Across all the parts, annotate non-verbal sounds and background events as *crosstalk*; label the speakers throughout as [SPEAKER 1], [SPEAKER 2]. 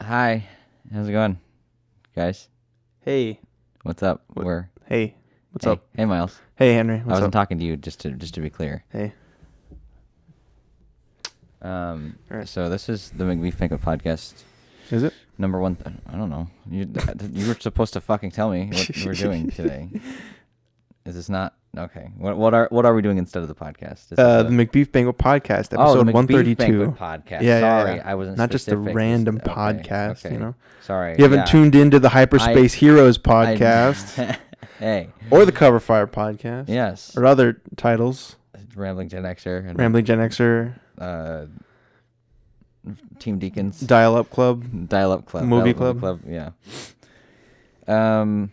[SPEAKER 1] Hi, how's it going, guys?
[SPEAKER 2] Hey,
[SPEAKER 1] What's up? We're
[SPEAKER 2] hey, what's
[SPEAKER 1] hey,
[SPEAKER 2] up?
[SPEAKER 1] Hey, Miles.
[SPEAKER 2] Hey, Henry,
[SPEAKER 1] I
[SPEAKER 2] what's
[SPEAKER 1] wasn't
[SPEAKER 2] up?
[SPEAKER 1] talking to you just to just to be clear.
[SPEAKER 2] hey,
[SPEAKER 1] Um,
[SPEAKER 2] Alright.
[SPEAKER 1] so this is the McBeef Banquet podcast
[SPEAKER 2] is it?
[SPEAKER 1] number one. Th- I don't know. You *laughs* th- th- you were supposed to fucking tell me what we're doing today. Is this not okay? What what are what are we doing instead of the podcast? This is
[SPEAKER 2] Uh,
[SPEAKER 1] a-
[SPEAKER 2] the McBeef Banquet podcast,
[SPEAKER 1] Oh, the
[SPEAKER 2] episode
[SPEAKER 1] McBeef
[SPEAKER 2] one thirty two.
[SPEAKER 1] Banquet podcast.
[SPEAKER 2] Yeah, yeah,
[SPEAKER 1] Sorry,
[SPEAKER 2] yeah.
[SPEAKER 1] I wasn't
[SPEAKER 2] Not just a
[SPEAKER 1] specific.
[SPEAKER 2] random
[SPEAKER 1] Okay,
[SPEAKER 2] podcast, you
[SPEAKER 1] okay.
[SPEAKER 2] know?
[SPEAKER 1] Sorry,
[SPEAKER 2] You haven't
[SPEAKER 1] yeah.
[SPEAKER 2] tuned into the Hyperspace Heroes
[SPEAKER 1] I- *laughs*
[SPEAKER 2] podcast
[SPEAKER 1] hey,
[SPEAKER 2] or the Cover Fire podcast
[SPEAKER 1] yes,
[SPEAKER 2] or other titles.
[SPEAKER 1] Rambling Gen Xer and
[SPEAKER 2] Rambling Gen Xer,
[SPEAKER 1] uh, Team Deacons,
[SPEAKER 2] Dial Up Club.
[SPEAKER 1] Dial Up Club,
[SPEAKER 2] Movie
[SPEAKER 1] Dial Up Club,
[SPEAKER 2] Club.
[SPEAKER 1] yeah. Um,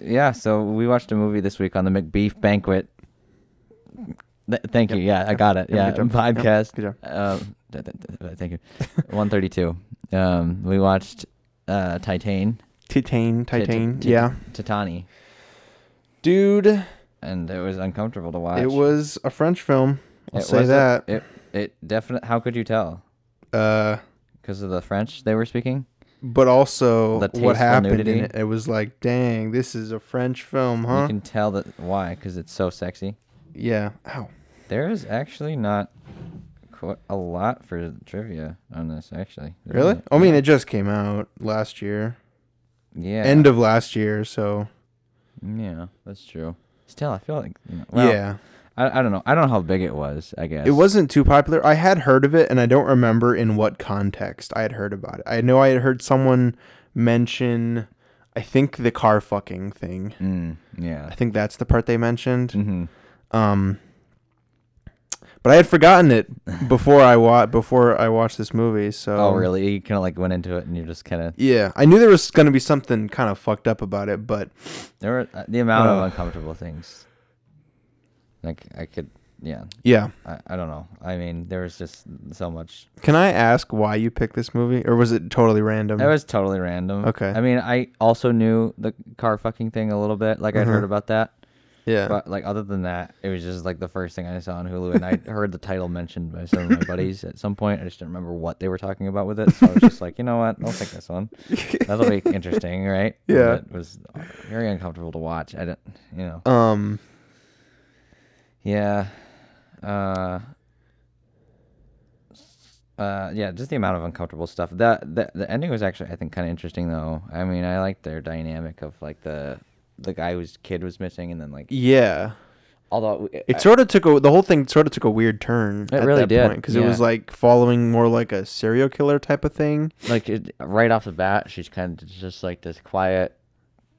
[SPEAKER 1] yeah. So we watched a movie this week on the McBeef Banquet. Th- thank you. Yeah, I got it.
[SPEAKER 2] Yep,
[SPEAKER 1] Yeah,
[SPEAKER 2] good job. Yep,
[SPEAKER 1] podcast.
[SPEAKER 2] Good job.
[SPEAKER 1] Um, th- th- th- thank
[SPEAKER 2] *laughs*
[SPEAKER 1] you. One thirty-two. Um, we watched uh, Titan,
[SPEAKER 2] Titane, Titane.
[SPEAKER 1] Tit-
[SPEAKER 2] Yeah.
[SPEAKER 1] Titani,
[SPEAKER 2] Dude,
[SPEAKER 1] and it was uncomfortable to watch.
[SPEAKER 2] it was a French film. I'll
[SPEAKER 1] It
[SPEAKER 2] say
[SPEAKER 1] was a-
[SPEAKER 2] that.
[SPEAKER 1] It it definitely. How could you tell?
[SPEAKER 2] Uh,
[SPEAKER 1] Because of the French they were speaking.
[SPEAKER 2] but also
[SPEAKER 1] The tasteful
[SPEAKER 2] what happened
[SPEAKER 1] nudity.
[SPEAKER 2] in it, it was like, dang, this is a French film,
[SPEAKER 1] You
[SPEAKER 2] huh?
[SPEAKER 1] can tell that why, because it's so sexy.
[SPEAKER 2] Yeah. Ow.
[SPEAKER 1] There is actually not qu- a lot for trivia on this, actually. There
[SPEAKER 2] Really?
[SPEAKER 1] isn't.
[SPEAKER 2] I mean, it just came out last year,
[SPEAKER 1] yeah,
[SPEAKER 2] end of last year. So
[SPEAKER 1] yeah, that's true. Still, I feel like you know, well, yeah.
[SPEAKER 2] yeah,
[SPEAKER 1] I, I don't know. I don't know how big it was. I guess
[SPEAKER 2] it wasn't too popular. I had heard of it, and I don't remember in what context I had heard about it. I know I had heard someone mention, I think the car fucking thing.
[SPEAKER 1] Mm,
[SPEAKER 2] I
[SPEAKER 1] yeah.
[SPEAKER 2] think that's the part they mentioned.
[SPEAKER 1] Mm-hmm.
[SPEAKER 2] Um, but I had
[SPEAKER 1] *laughs*
[SPEAKER 2] forgotten it before I wa- before I watched this movie. So
[SPEAKER 1] Oh, really? You kind of like went into it, and you're just kind of
[SPEAKER 2] Yeah, I knew there was going to be something kind of fucked up about it, but
[SPEAKER 1] there were uh, the amount of
[SPEAKER 2] Uh.
[SPEAKER 1] uncomfortable things. Like I could, yeah.
[SPEAKER 2] yeah.
[SPEAKER 1] I, I don't know. I mean, there was just so much
[SPEAKER 2] Can I ask why you picked this movie, or was it totally random?
[SPEAKER 1] That was totally random.
[SPEAKER 2] Um, Okay.
[SPEAKER 1] I mean, I also knew the car fucking thing a little bit. Like I'd heard
[SPEAKER 2] Mhm.
[SPEAKER 1] about that,
[SPEAKER 2] yeah.
[SPEAKER 1] but like other than that, it was just like the first thing I saw on Hulu, and I heard the title mentioned by some of my buddies at some point. I just didn't remember what they were talking about with it, so I was just like, you know what, I'll take this one. That'll
[SPEAKER 2] *laughs*
[SPEAKER 1] be interesting, right? And
[SPEAKER 2] Yeah.
[SPEAKER 1] It was very uncomfortable to watch. I didn't, you know.
[SPEAKER 2] um.
[SPEAKER 1] Yeah. Uh. Uh, yeah, just the amount of uncomfortable stuff. The the, the ending was actually, I think, kind of interesting though. I mean, I liked their dynamic of like the the guy whose kid was missing, and then like
[SPEAKER 2] Yeah.
[SPEAKER 1] although uh, I-
[SPEAKER 2] It sort of took a the whole thing sort of took a weird turn. It
[SPEAKER 1] really did,
[SPEAKER 2] because
[SPEAKER 1] yeah.
[SPEAKER 2] it was like following more like a serial killer type of thing.
[SPEAKER 1] like it, right off the bat, she's kind of just like this quiet,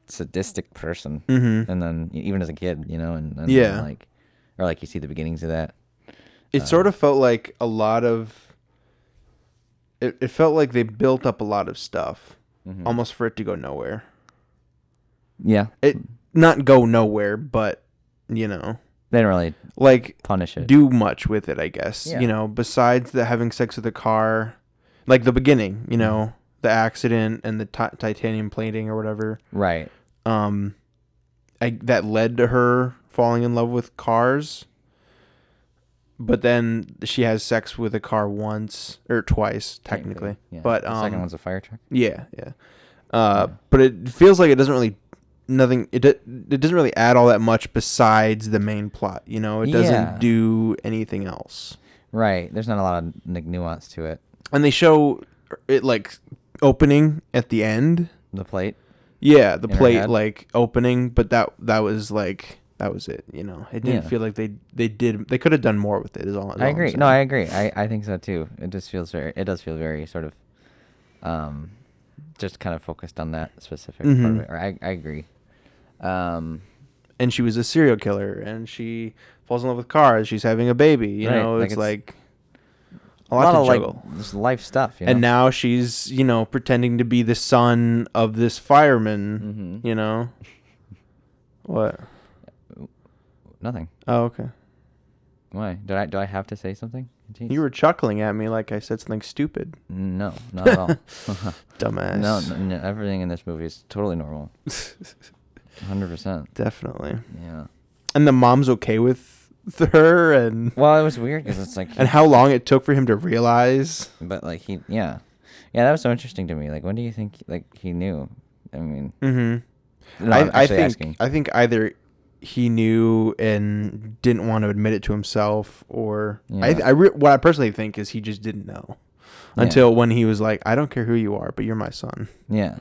[SPEAKER 1] sadistic person,
[SPEAKER 2] Mm-hmm.
[SPEAKER 1] and then e- even as a kid, you know, and, and then,
[SPEAKER 2] Yeah.
[SPEAKER 1] like or like you see the beginnings of that.
[SPEAKER 2] It sort of felt like a lot of. It, it felt like they built up a lot of stuff, almost for it to go nowhere.
[SPEAKER 1] Yeah,
[SPEAKER 2] It not go nowhere, but you know,
[SPEAKER 1] they didn't really
[SPEAKER 2] like
[SPEAKER 1] punish it.
[SPEAKER 2] do much with it, I guess.
[SPEAKER 1] Yeah.
[SPEAKER 2] You know, besides the having sex with the car, like the beginning,
[SPEAKER 1] Mm-hmm.
[SPEAKER 2] you know, the accident and the ti- titanium plating or whatever.
[SPEAKER 1] right.
[SPEAKER 2] Um, I, that led to her falling in love with cars. But then she has sex with a car once or twice, technically.
[SPEAKER 1] yeah.
[SPEAKER 2] But
[SPEAKER 1] the second
[SPEAKER 2] um,
[SPEAKER 1] one's a fire truck.
[SPEAKER 2] yeah, yeah. Uh, but it feels like it doesn't really nothing. It do- it doesn't really add all that much besides the main plot. You know, it doesn't
[SPEAKER 1] Yeah.
[SPEAKER 2] do anything else.
[SPEAKER 1] Right. There's not a lot of like nuance to it.
[SPEAKER 2] And they show it like opening at the end.
[SPEAKER 1] The plate.
[SPEAKER 2] Yeah, the
[SPEAKER 1] In her
[SPEAKER 2] plate
[SPEAKER 1] head?
[SPEAKER 2] like opening, but that that was like that was it. You know, it didn't
[SPEAKER 1] Yeah.
[SPEAKER 2] feel like they they did they could have done more with it. Is all is all
[SPEAKER 1] I
[SPEAKER 2] I'm
[SPEAKER 1] agree.
[SPEAKER 2] saying.
[SPEAKER 1] No, I agree. I, I think so too. It just feels very. It does feel very sort of, um, just kind of focused on that specific part of
[SPEAKER 2] Mhm.
[SPEAKER 1] it. Or I I agree. Um,
[SPEAKER 2] and she was a serial killer, and she falls in love with cars. She's having a baby. You
[SPEAKER 1] Right,
[SPEAKER 2] know,
[SPEAKER 1] like
[SPEAKER 2] it's,
[SPEAKER 1] it's-
[SPEAKER 2] like a lot, to
[SPEAKER 1] like
[SPEAKER 2] juggle.
[SPEAKER 1] just life stuff. You know?
[SPEAKER 2] and now she's you know pretending to be the son of this fireman
[SPEAKER 1] Mhm. *laughs*
[SPEAKER 2] you know what
[SPEAKER 1] nothing.
[SPEAKER 2] oh okay
[SPEAKER 1] Why did I do I have to say something? Jeez.
[SPEAKER 2] you were chuckling at me like i said something stupid
[SPEAKER 1] no, not at all.
[SPEAKER 2] *laughs* dumbass
[SPEAKER 1] no, no, no, everything in this movie is totally normal. Mm. Hundred percent.
[SPEAKER 2] *laughs* definitely
[SPEAKER 1] Yeah.
[SPEAKER 2] and the mom's okay with *laughs* th- her and
[SPEAKER 1] Well, it was weird because it's like,
[SPEAKER 2] and how long it took for him to realize
[SPEAKER 1] but like he, yeah. Yeah, that was so interesting to me. Like, when do you think like he knew? I mean,
[SPEAKER 2] Mm-hmm.
[SPEAKER 1] no,
[SPEAKER 2] I,
[SPEAKER 1] I'm
[SPEAKER 2] I
[SPEAKER 1] actually
[SPEAKER 2] think
[SPEAKER 1] asking.
[SPEAKER 2] I think either he knew and didn't want to admit it to himself, or I,
[SPEAKER 1] Yeah.
[SPEAKER 2] I re- what I personally think is he just didn't know
[SPEAKER 1] Yeah.
[SPEAKER 2] until when he was like, "I don't care who you are, but you're my son." *laughs*
[SPEAKER 1] Yeah,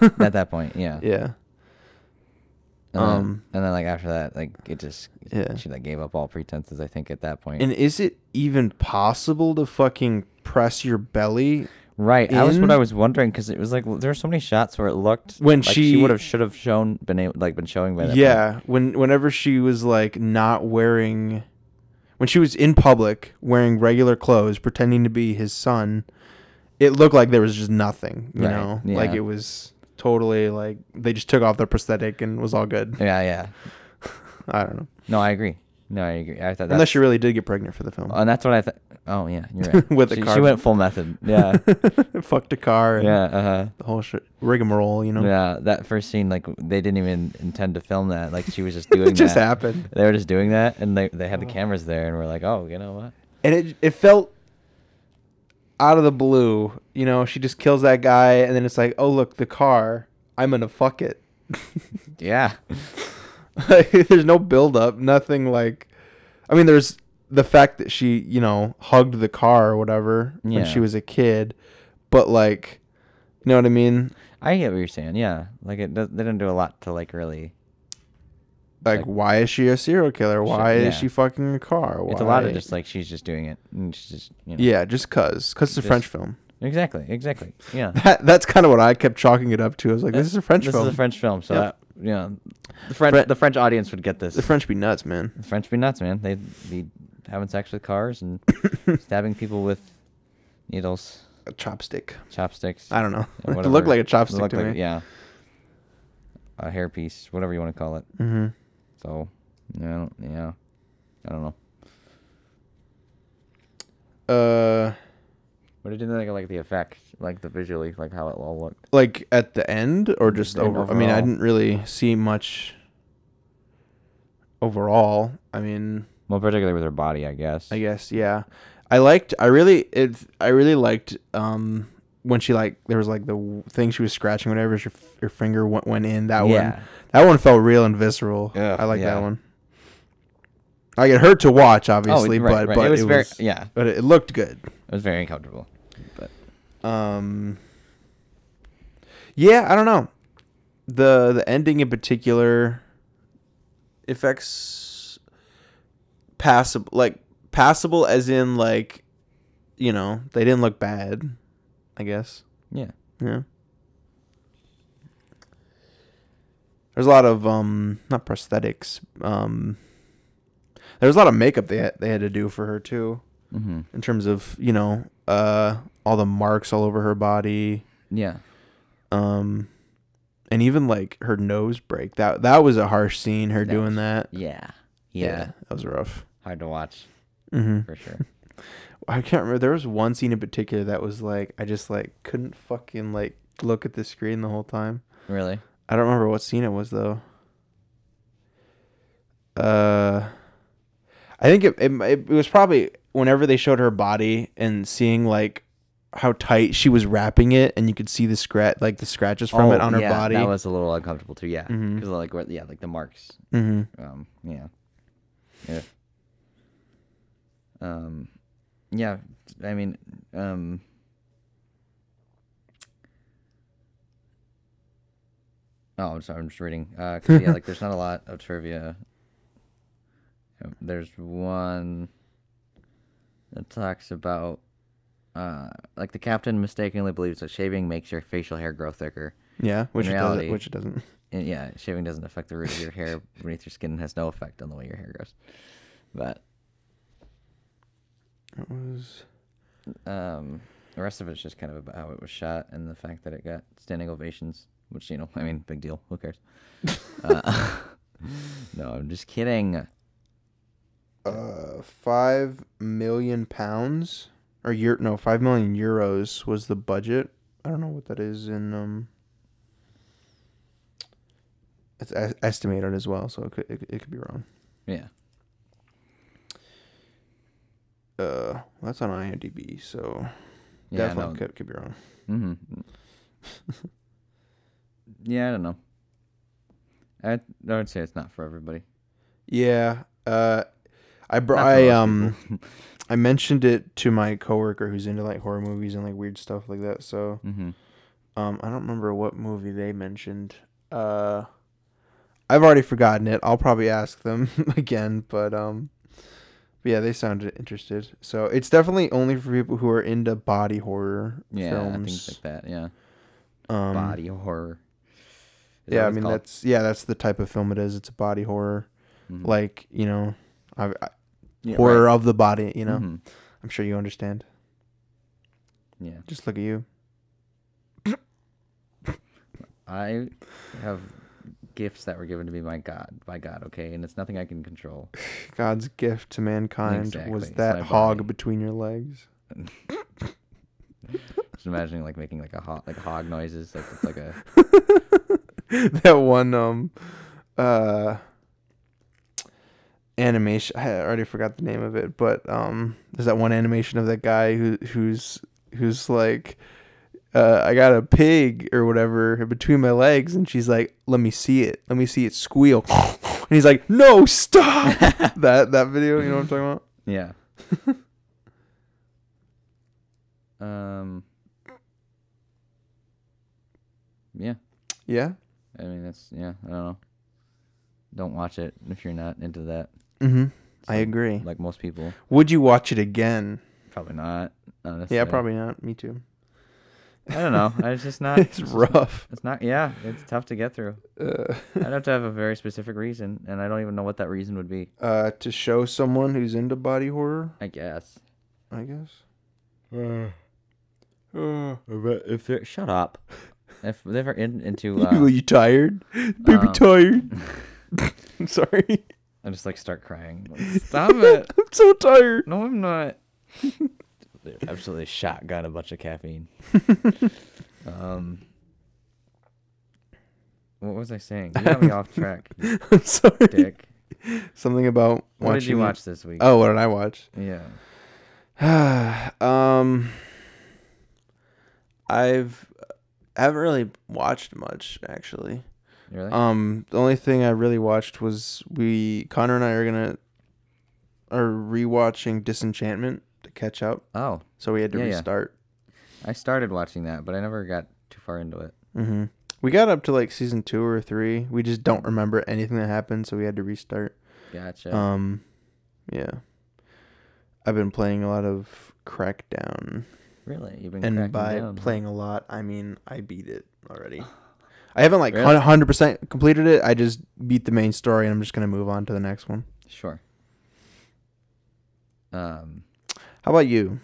[SPEAKER 1] at that point, yeah.
[SPEAKER 2] Yeah,
[SPEAKER 1] And then-
[SPEAKER 2] um,
[SPEAKER 1] and then like after that, like it just
[SPEAKER 2] Yeah.
[SPEAKER 1] she like gave up all pretenses. I think at that point,
[SPEAKER 2] and is it even possible to fucking press your belly?
[SPEAKER 1] right? That was what
[SPEAKER 2] in-
[SPEAKER 1] I was wondering because it was like there were so many shots where it looked
[SPEAKER 2] When
[SPEAKER 1] like
[SPEAKER 2] she-
[SPEAKER 1] would have should have shown been able, like been showing by that point.
[SPEAKER 2] Yeah, when whenever she was like not wearing, when she was in public wearing regular clothes, pretending to be his son, it looked like there was just nothing. You
[SPEAKER 1] Right,
[SPEAKER 2] know, like
[SPEAKER 1] yeah.
[SPEAKER 2] it was totally like they just took off their prosthetic and was all good.
[SPEAKER 1] yeah, yeah.
[SPEAKER 2] *laughs* I don't know,
[SPEAKER 1] No, I agree. No, I agree. I thought
[SPEAKER 2] unless
[SPEAKER 1] that's,
[SPEAKER 2] she really did get pregnant for the film.
[SPEAKER 1] and that's what I thought. Oh yeah,
[SPEAKER 2] *laughs*
[SPEAKER 1] you're right.
[SPEAKER 2] With the
[SPEAKER 1] she, she
[SPEAKER 2] carbon.
[SPEAKER 1] went full method. Yeah,
[SPEAKER 2] *laughs* Fucked a car and
[SPEAKER 1] yeah, uh huh.
[SPEAKER 2] the whole sh- rigmarole. You know,
[SPEAKER 1] Yeah, that first scene, like they didn't even intend to film that. Like she was just doing
[SPEAKER 2] *laughs* it just
[SPEAKER 1] that.
[SPEAKER 2] happened,
[SPEAKER 1] They were just doing that, and they they had the cameras there, and we're like, oh, you know what?
[SPEAKER 2] and it it felt. Out of the blue, you know, she just kills that guy, and then it's like, oh look, the car. I'm gonna fuck it. *laughs*
[SPEAKER 1] Yeah,
[SPEAKER 2] Like, *laughs* there's no build up, nothing like I mean there's the fact that she, you know, hugged the car or whatever
[SPEAKER 1] Yeah.
[SPEAKER 2] when she was a kid, but like you know what I mean?
[SPEAKER 1] I get what you're saying. Yeah, like it. Does, they didn't do a lot to like really.
[SPEAKER 2] Like,
[SPEAKER 1] Like-
[SPEAKER 2] why is she a serial killer? Why
[SPEAKER 1] yeah.
[SPEAKER 2] is she fucking a car? Why?
[SPEAKER 1] It's a lot of just like she's just doing it, and she's just you know.
[SPEAKER 2] Yeah, just cuz cuz it's a
[SPEAKER 1] Just-
[SPEAKER 2] French film.
[SPEAKER 1] Exactly. Exactly. Yeah.
[SPEAKER 2] *laughs* That, that's kind of what I kept chalking it up to. I was like, this is a French
[SPEAKER 1] this
[SPEAKER 2] film.
[SPEAKER 1] is a French film, so
[SPEAKER 2] Yep.
[SPEAKER 1] that yeah, the French
[SPEAKER 2] Fre-
[SPEAKER 1] the French audience would get this.
[SPEAKER 2] the French be nuts, man.
[SPEAKER 1] The French be nuts, man. They'd be having sex with cars
[SPEAKER 2] *laughs*
[SPEAKER 1] and stabbing people with needles,
[SPEAKER 2] A chopstick.
[SPEAKER 1] chopsticks.
[SPEAKER 2] I don't know.
[SPEAKER 1] Yeah,
[SPEAKER 2] *laughs* it looked
[SPEAKER 1] whatever.
[SPEAKER 2] like a
[SPEAKER 1] It
[SPEAKER 2] chopstick
[SPEAKER 1] looked
[SPEAKER 2] to
[SPEAKER 1] like-
[SPEAKER 2] me.
[SPEAKER 1] Yeah. A hairpiece, whatever you want to call it.
[SPEAKER 2] Mhm.
[SPEAKER 1] So, I don't, yeah, I don't know.
[SPEAKER 2] Uh
[SPEAKER 1] What did you think of like the effects, like the visually, like how it all looked?
[SPEAKER 2] like at the end or just
[SPEAKER 1] Then
[SPEAKER 2] over i mean i
[SPEAKER 1] overall.
[SPEAKER 2] didn't really see much overall i mean
[SPEAKER 1] Well, particularly with her body, I guess.
[SPEAKER 2] i guess yeah i liked i really it i really liked um when she like there was like the w- thing she was scratching whatever her, f- her finger went, went in that one
[SPEAKER 1] yeah.
[SPEAKER 2] that one felt real and visceral
[SPEAKER 1] Ugh,
[SPEAKER 2] i like
[SPEAKER 1] yeah.
[SPEAKER 2] that one like it hurt to watch obviously
[SPEAKER 1] oh, right,
[SPEAKER 2] but
[SPEAKER 1] right.
[SPEAKER 2] but
[SPEAKER 1] it was very,
[SPEAKER 2] was
[SPEAKER 1] yeah,
[SPEAKER 2] but it looked good
[SPEAKER 1] it was very uncomfortable. But
[SPEAKER 2] Um. Yeah, I don't know. the The ending in particular affects passable, like passable, as in like, you know, they didn't look bad. I guess.
[SPEAKER 1] yeah,
[SPEAKER 2] Yeah. There's a lot of um, not prosthetics. Um, there was a lot of makeup they had, they had to do for her too,
[SPEAKER 1] hmm
[SPEAKER 2] in terms of you know, uh, all the marks all over her body
[SPEAKER 1] yeah,
[SPEAKER 2] um and even like her nose break that that was a harsh scene her
[SPEAKER 1] That
[SPEAKER 2] doing
[SPEAKER 1] was-
[SPEAKER 2] that
[SPEAKER 1] yeah, yeah.
[SPEAKER 2] that was rough
[SPEAKER 1] Hard to watch
[SPEAKER 2] hmm
[SPEAKER 1] for sure.
[SPEAKER 2] i can't remember there was one scene in particular that was like i just like couldn't fucking like look at the screen the whole time
[SPEAKER 1] *laughs* really?
[SPEAKER 2] i don't remember what scene it was though uh i think it, it, it was probably whenever they showed her body and seeing like how tight she was wrapping it and you could see the scratch like the scratches from it
[SPEAKER 1] Oh,
[SPEAKER 2] on her
[SPEAKER 1] yeah,
[SPEAKER 2] body
[SPEAKER 1] That was a little uncomfortable too. Yeah, because
[SPEAKER 2] Mhm.
[SPEAKER 1] like where- yeah, like the marks.
[SPEAKER 2] mm-hmm.
[SPEAKER 1] Um, yeah, yeah. Um, yeah. I mean, um, oh, I'm sorry. I'm just reading. Uh, 'cause, yeah, like there's not a lot of trivia. Um, There's one that talks about. Uh, like the captain mistakenly believes that shaving makes your facial hair grow thicker.
[SPEAKER 2] Yeah, which it doesn't.
[SPEAKER 1] reality-
[SPEAKER 2] Which it doesn't.
[SPEAKER 1] And yeah, shaving doesn't affect the root of your
[SPEAKER 2] *laughs*
[SPEAKER 1] hair beneath your skin and has no effect on the way your hair grows. But
[SPEAKER 2] It was.
[SPEAKER 1] um, the rest of it's just kind of about how it was shot and the fact that it got standing ovations, which, you know, I mean, big deal. Who cares?
[SPEAKER 2] *laughs*
[SPEAKER 1] uh, *laughs* no, I'm just kidding.
[SPEAKER 2] Uh, five million pounds or year? No, five million euros was the budget. I don't know what that is in um. It's es- estimated as well, so it could it, it could be wrong.
[SPEAKER 1] Yeah.
[SPEAKER 2] Uh, that's on IMDb, so
[SPEAKER 1] Yeah,
[SPEAKER 2] Definitely
[SPEAKER 1] no.
[SPEAKER 2] could, could be wrong.
[SPEAKER 1] hmm yeah, I don't know. I, I would say it's not for everybody.
[SPEAKER 2] Yeah. Uh, I br-
[SPEAKER 1] Not for
[SPEAKER 2] I
[SPEAKER 1] most
[SPEAKER 2] um
[SPEAKER 1] people.
[SPEAKER 2] I mentioned it to my coworker who's into like horror movies and like weird stuff like that. So
[SPEAKER 1] Mhm.
[SPEAKER 2] um I don't remember what movie they mentioned. Uh, I've already forgotten it. I'll probably ask them *laughs* again, but um. But yeah, they sounded interested. So it's definitely only for people who are into body horror
[SPEAKER 1] Yeah, things
[SPEAKER 2] films.
[SPEAKER 1] like that. Yeah,
[SPEAKER 2] um,
[SPEAKER 1] body horror. Is that
[SPEAKER 2] yeah,
[SPEAKER 1] what
[SPEAKER 2] I
[SPEAKER 1] it's
[SPEAKER 2] mean
[SPEAKER 1] called?
[SPEAKER 2] that's yeah, that's the type of film it is. It's a body horror,
[SPEAKER 1] Mhm.
[SPEAKER 2] like you know, I, I,
[SPEAKER 1] Yeah,
[SPEAKER 2] horror
[SPEAKER 1] right.
[SPEAKER 2] of the body. You know,
[SPEAKER 1] Mhm.
[SPEAKER 2] I'm sure you understand.
[SPEAKER 1] Yeah,
[SPEAKER 2] Just look at you.
[SPEAKER 1] I have gifts that were given to me by God, by God. Okay, and it's nothing I can control.
[SPEAKER 2] God's gift to mankind
[SPEAKER 1] Exactly,
[SPEAKER 2] was
[SPEAKER 1] it's
[SPEAKER 2] that
[SPEAKER 1] my
[SPEAKER 2] hog
[SPEAKER 1] body.
[SPEAKER 2] between your legs.
[SPEAKER 1] Just imagining like making like a hog, like hog noises, like it's like a
[SPEAKER 2] *laughs* that one um uh animation I already forgot the name of it, but um there's that one animation of that guy who who's who's like uh, I got a pig or whatever between my legs, and she's like, "Let me see it. Let me see it squeal." *laughs* And he's like, "No, stop!" *laughs* that that video, you know what I'm talking about? *laughs*
[SPEAKER 1] yeah. um. Yeah,
[SPEAKER 2] Yeah.
[SPEAKER 1] I mean that's yeah. I don't know. Don't watch it if you're not into that.
[SPEAKER 2] Mm-hmm. I
[SPEAKER 1] So,
[SPEAKER 2] agree.
[SPEAKER 1] Like most people,
[SPEAKER 2] Would you watch it again?
[SPEAKER 1] probably not. Honestly.
[SPEAKER 2] Yeah, probably not. Me too.
[SPEAKER 1] I don't
[SPEAKER 2] *laughs*
[SPEAKER 1] know. I- *laughs* It's just not.
[SPEAKER 2] it's
[SPEAKER 1] just-
[SPEAKER 2] rough.
[SPEAKER 1] It's not. Yeah, it's tough to get through.
[SPEAKER 2] Uh, *laughs*
[SPEAKER 1] I'd have to have a very specific reason, and I don't even know what that reason would be.
[SPEAKER 2] uh, to show someone who's into body horror,
[SPEAKER 1] I guess.
[SPEAKER 2] I guess.
[SPEAKER 1] Uh, if they're shut up, *laughs* if they're in, *laughs* into,
[SPEAKER 2] Are
[SPEAKER 1] uh,
[SPEAKER 2] you tired? *laughs* Baby,
[SPEAKER 1] um, *laughs*
[SPEAKER 2] tired. I'm sorry.
[SPEAKER 1] I just like start crying. Like, Stop *laughs* it!
[SPEAKER 2] I'm so tired.
[SPEAKER 1] No, I'm not. They're absolutely shotgun a bunch of caffeine. *laughs* um, what was I saying? You got me off *laughs* track, you
[SPEAKER 2] *laughs* I'm sorry.
[SPEAKER 1] dick.
[SPEAKER 2] Something about
[SPEAKER 1] What did
[SPEAKER 2] watching.
[SPEAKER 1] you
[SPEAKER 2] it-
[SPEAKER 1] watch this week?
[SPEAKER 2] Oh, what did I watch? *sighs*
[SPEAKER 1] Yeah.
[SPEAKER 2] um, I've I haven't really watched much actually.
[SPEAKER 1] Really?
[SPEAKER 2] Um, the only thing I really watched was we Connor and I are gonna are rewatching Disenchantment to catch up,
[SPEAKER 1] oh,
[SPEAKER 2] so we had to
[SPEAKER 1] Yeah, yeah.
[SPEAKER 2] restart.
[SPEAKER 1] I started watching that, but I never got too far into it.
[SPEAKER 2] hmm We got up to like season two or three. We just don't remember anything that happened, so we had to restart.
[SPEAKER 1] Gotcha.
[SPEAKER 2] Um, yeah. I've been playing a lot of Crackdown,
[SPEAKER 1] really? You've been cracking
[SPEAKER 2] and by
[SPEAKER 1] down, huh?
[SPEAKER 2] playing a lot, I mean I beat it
[SPEAKER 1] *sighs*
[SPEAKER 2] already. I haven't like
[SPEAKER 1] Really?
[SPEAKER 2] hundred percent completed it. I just beat the main story, and I'm just gonna move on to the next one.
[SPEAKER 1] Sure. Um,
[SPEAKER 2] How about you?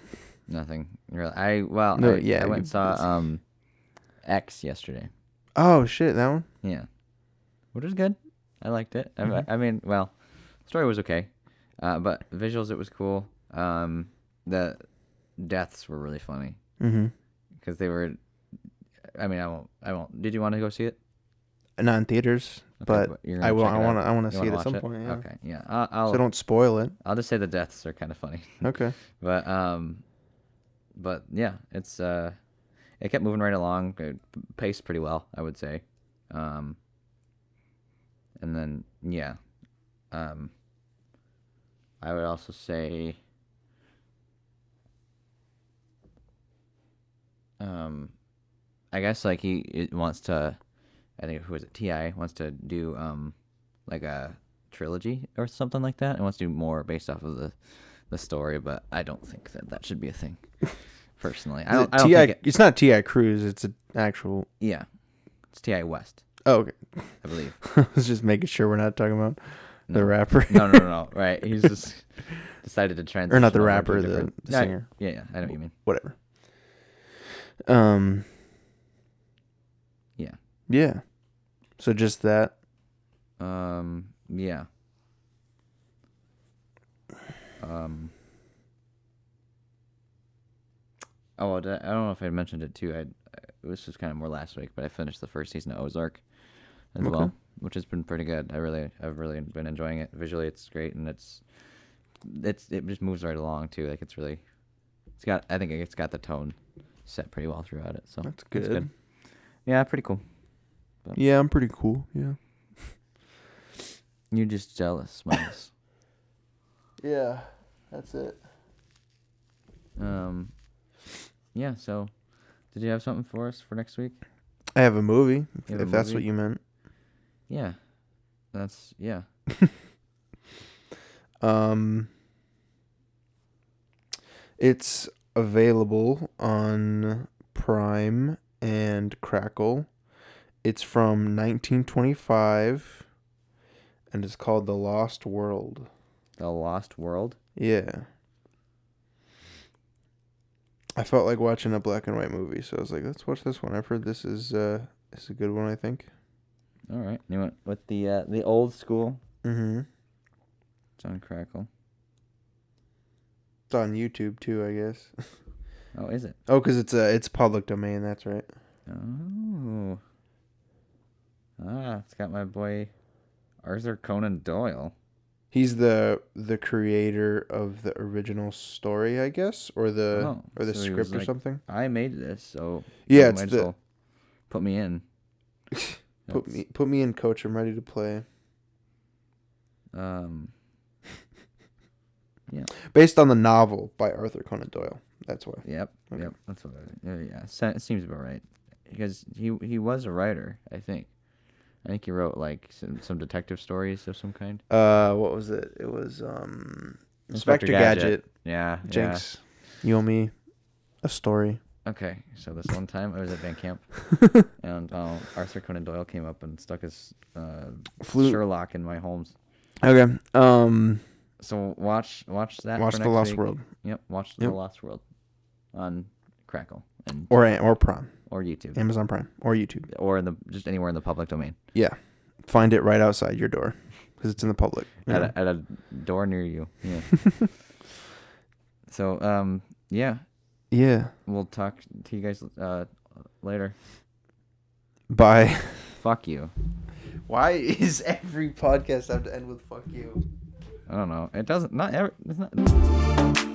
[SPEAKER 1] nothing really. I well,
[SPEAKER 2] No,
[SPEAKER 1] I,
[SPEAKER 2] yeah,
[SPEAKER 1] I went
[SPEAKER 2] you-
[SPEAKER 1] and saw um, X yesterday.
[SPEAKER 2] Oh shit, that one.
[SPEAKER 1] Yeah, which was good. I liked it. I,
[SPEAKER 2] Mm-hmm.
[SPEAKER 1] I mean, well, story was okay, uh, but visuals it was cool. Um, the deaths were really funny
[SPEAKER 2] Mm-hmm.
[SPEAKER 1] because they were. I mean, I won't. I won't. Did you want to go see it?
[SPEAKER 2] Not in theaters,
[SPEAKER 1] Okay,
[SPEAKER 2] but
[SPEAKER 1] you're
[SPEAKER 2] I
[SPEAKER 1] gonna
[SPEAKER 2] will.
[SPEAKER 1] check
[SPEAKER 2] I
[SPEAKER 1] it out?
[SPEAKER 2] want to. I want to
[SPEAKER 1] You
[SPEAKER 2] see
[SPEAKER 1] wanna
[SPEAKER 2] it at
[SPEAKER 1] watch
[SPEAKER 2] some point. Yeah.
[SPEAKER 1] Okay. Yeah. I'll. I'll,
[SPEAKER 2] So don't spoil it.
[SPEAKER 1] I'll just say the deaths are kind of funny. *laughs*
[SPEAKER 2] Okay.
[SPEAKER 1] But um, but yeah, it's uh, it kept moving right along. It p- paced pretty well, I would say. Um, and then yeah, um, I would also say, um, I guess like he it wants to, I think who was it? Ti wants to do um, like a trilogy or something like that, and wants to do more based off of the the story, but I don't think that that should be a thing. *laughs* Personally, I don't. I don't
[SPEAKER 2] Ti,
[SPEAKER 1] think it,
[SPEAKER 2] it's not Ti Cruz. It's an actual.
[SPEAKER 1] yeah, it's Ti West,
[SPEAKER 2] Oh, okay. *laughs*
[SPEAKER 1] I believe.
[SPEAKER 2] I was just making sure we're not talking about the
[SPEAKER 1] No.
[SPEAKER 2] rapper *laughs*
[SPEAKER 1] No, no, no, no. Right? He's just decided to transition.
[SPEAKER 2] or not the
[SPEAKER 1] over to a
[SPEAKER 2] rapper, the,
[SPEAKER 1] different-
[SPEAKER 2] the
[SPEAKER 1] Yeah,
[SPEAKER 2] singer,
[SPEAKER 1] Yeah, yeah. I know what you mean.
[SPEAKER 2] whatever. Um.
[SPEAKER 1] Yeah.
[SPEAKER 2] Yeah. So just that.
[SPEAKER 1] Um. Yeah. Um. Oh, well, did I I don't know if I mentioned it too. I I- this was kind of more last week, but I finished the first season of Ozark as
[SPEAKER 2] Okay.
[SPEAKER 1] well, which has been pretty good. I really, I've really been enjoying it. Visually, it's great, and it's it's it just moves right along too. Like it's really It's got I think it's got the tone set pretty well throughout it. So
[SPEAKER 2] That's
[SPEAKER 1] it's
[SPEAKER 2] good.
[SPEAKER 1] Yeah, pretty cool.
[SPEAKER 2] Yeah, I'm pretty cool. Yeah.
[SPEAKER 1] You're just jealous, Miles.
[SPEAKER 2] Yeah, that's it.
[SPEAKER 1] um, yeah. So, did you have something for us for next week?
[SPEAKER 2] I have a movie, if,
[SPEAKER 1] You have a
[SPEAKER 2] if that's
[SPEAKER 1] movie?
[SPEAKER 2] what you meant.
[SPEAKER 1] Yeah, that's yeah.
[SPEAKER 2] Um, it's available on Prime and Crackle. It's from 1925, and it's called The Lost World.
[SPEAKER 1] The Lost World.
[SPEAKER 2] Yeah. I felt like watching a black and white movie, so I was like, "Let's watch this one." I've heard this is uh, this is a good one, I think.
[SPEAKER 1] All right. You went with the uh, the old school
[SPEAKER 2] Mm-hmm.
[SPEAKER 1] John Crackle.
[SPEAKER 2] It's on YouTube too, I guess. *laughs*
[SPEAKER 1] Oh, is it?
[SPEAKER 2] Oh, cause it's uh, it's public domain. That's right.
[SPEAKER 1] Oh. Ah, it's got my boy Arthur Conan Doyle.
[SPEAKER 2] He's the the creator of the original story, I guess, or the
[SPEAKER 1] Oh,
[SPEAKER 2] or the
[SPEAKER 1] so he was
[SPEAKER 2] script or
[SPEAKER 1] like,
[SPEAKER 2] something.
[SPEAKER 1] I made this, so
[SPEAKER 2] Yeah,
[SPEAKER 1] you
[SPEAKER 2] it's
[SPEAKER 1] might as
[SPEAKER 2] the
[SPEAKER 1] well put me in.
[SPEAKER 2] *laughs* put
[SPEAKER 1] That's-
[SPEAKER 2] me put me in, coach. I'm ready to play.
[SPEAKER 1] Um,
[SPEAKER 2] Based on the novel by Arthur Conan Doyle. That's why.
[SPEAKER 1] yep,
[SPEAKER 2] Okay.
[SPEAKER 1] yep. That's what. I, uh, yeah, se- seems about right. Because he he was a writer, I think. I think he wrote like some, some detective stories of some kind.
[SPEAKER 2] Uh, what was it? It was um
[SPEAKER 1] Inspector
[SPEAKER 2] Inspector,
[SPEAKER 1] Gadget.
[SPEAKER 2] Gadget.
[SPEAKER 1] Yeah,
[SPEAKER 2] Jinx, you owe me a story.
[SPEAKER 1] yeah. Okay, so this one time I was at band
[SPEAKER 2] *laughs*
[SPEAKER 1] camp, and um, Arthur Conan Doyle came up and stuck his uh,
[SPEAKER 2] Flu-
[SPEAKER 1] Sherlock in my Holmes.
[SPEAKER 2] Okay. Um,
[SPEAKER 1] So watch watch that.
[SPEAKER 2] watch
[SPEAKER 1] for
[SPEAKER 2] The
[SPEAKER 1] next
[SPEAKER 2] Lost
[SPEAKER 1] week.
[SPEAKER 2] World
[SPEAKER 1] Yep, watch The
[SPEAKER 2] Yep.
[SPEAKER 1] Lost World on Crackle and
[SPEAKER 2] or or Prime,
[SPEAKER 1] or YouTube
[SPEAKER 2] Amazon Prime or YouTube.
[SPEAKER 1] or in the just anywhere in the public domain
[SPEAKER 2] Yeah, find it right outside your door because it's in the public. you know?
[SPEAKER 1] at, a, at a door near you. Yeah. so um yeah,
[SPEAKER 2] yeah.
[SPEAKER 1] we'll talk to you guys uh later.
[SPEAKER 2] Bye.
[SPEAKER 1] Fuck you.
[SPEAKER 2] Why is every podcast have to end with "fuck you"?
[SPEAKER 1] I don't know. It doesn't. Not every. It's not.